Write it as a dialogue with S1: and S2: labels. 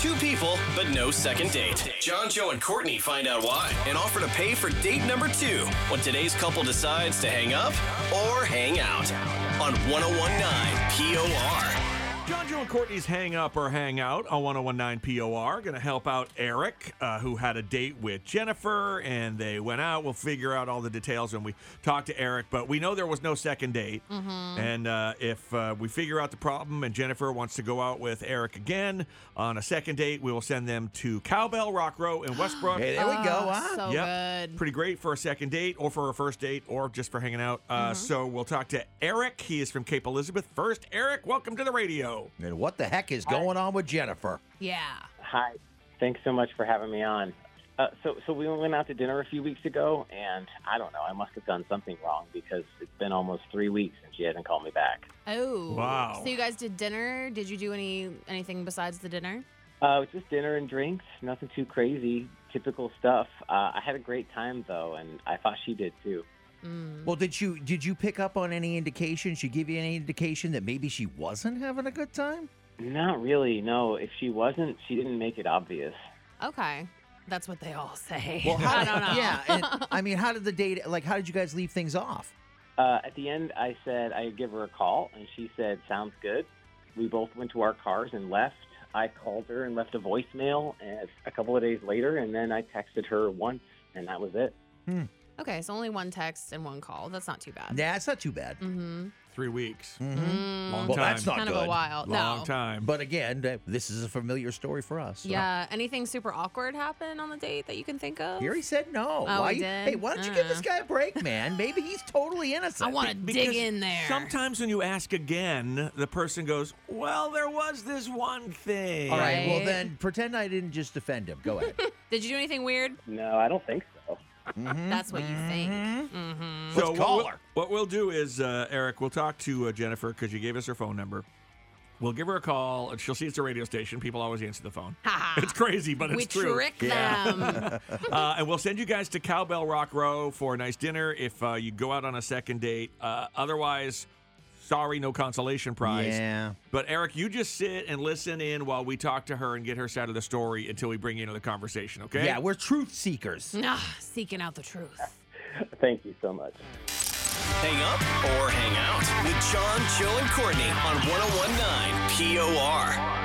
S1: Two people, but no second date. John, Joe, and Courtney find out why and offer to pay for date number two when today's couple decides to hang up or hang out on 1019 POR.
S2: John, Joe, and Courtney's Hang Up or Hang Out on 1019 POR. Going to help out Eric, uh, who had a date with Jennifer, and they went out. We'll figure out all the details when we talk to Eric, but we know there was no second date. And uh, if uh, we figure out the problem and Jennifer wants to go out with Eric again on a second date, we will send them to Cowbell, Rock Row, and Westbrook.
S3: Hey, there we go.
S4: Oh,
S3: Huh?
S4: So
S2: Yep.
S4: good.
S2: Pretty great for a second date or for a first date or just for hanging out. Uh,
S3: Mm-hmm.
S2: So we'll talk to Eric. He is from Cape Elizabeth. First, Eric, welcome to the radio.
S3: and what the heck is going on with Jennifer?
S4: Yeah.
S5: Hi. Thanks so much for having me on. Uh, so, so we went out to dinner a few weeks ago, and I don't know. I must have done something wrong because it's been almost three weeks and she hasn't called me back.
S4: Oh.
S2: Wow.
S4: So you guys did dinner. Did you do any anything besides the dinner?
S5: Uh, it was just dinner and drinks, nothing too crazy, typical stuff. Uh, I had a great time though, and I thought she did too.
S4: Mm,
S3: Well, did you did you pick up on any indication? She give you any indication that maybe she wasn't having a good time?
S5: Not really. No, if she wasn't, she didn't make it obvious.
S4: Okay. That's what they all say.
S3: Well, how,
S4: I don't know.
S3: Yeah, and, I mean, how did the date? Like, how did you guys leave things off?
S5: Uh, at the end, I said I'd give her a call, and she said, "Sounds good." We both went to our cars and left. I called her and left a voicemail and a couple of days later, and then I texted her once, and that was it.
S4: Okay. So only one text and one call. That's not too bad.
S3: Nah, it's not too bad. Mm-hmm.
S4: Mm-hmm.
S2: Three weeks.
S4: Mm,
S2: Long time.
S3: Well, that's not
S4: kind of
S3: good.
S4: a while.
S2: Long
S4: no.
S2: time.
S3: But again, th- this is a familiar story for us. so.
S4: Yeah. Anything super awkward happen on the date that you can think of?
S3: He already said no.
S4: Oh,
S3: why
S4: he
S3: you-
S4: did?
S3: Hey, why don't you
S4: I
S3: give
S4: dunno.
S3: this guy a break, man? Maybe he's totally innocent.
S4: I want to
S2: Because
S4: dig in there.
S2: Sometimes when you ask again, the person goes, "Well, there was this one thing."
S3: All right. Well,
S4: Right.
S3: then pretend I didn't just defend him. Go ahead.
S4: Did you do anything weird?
S5: No, I don't think so.
S4: That's what you think. Mm-hmm.
S2: So
S3: Let's
S2: what
S3: call
S2: we'll-
S3: her.
S2: What we'll do is, uh, Eric, we'll talk to uh, Jennifer because you gave us her phone number. We'll give her a call, and she'll see it's a radio station. People always answer the phone. it's crazy, but it's
S4: we
S2: true.
S4: trick them.
S2: uh, and we'll send you guys to Cowbell Rock Row for a nice dinner if uh, you go out on a second date. Uh, otherwise, sorry, no consolation prize.
S3: Yeah.
S2: But Eric, you just sit and listen in while we talk to her and get her side of the story until we bring you into the conversation. Okay?
S3: Yeah, we're truth seekers.
S4: Ah, seeking out the truth.
S5: Thank you so much.
S1: Hang up oh or hang out with John, Joe, and Courtney on 1019 POR.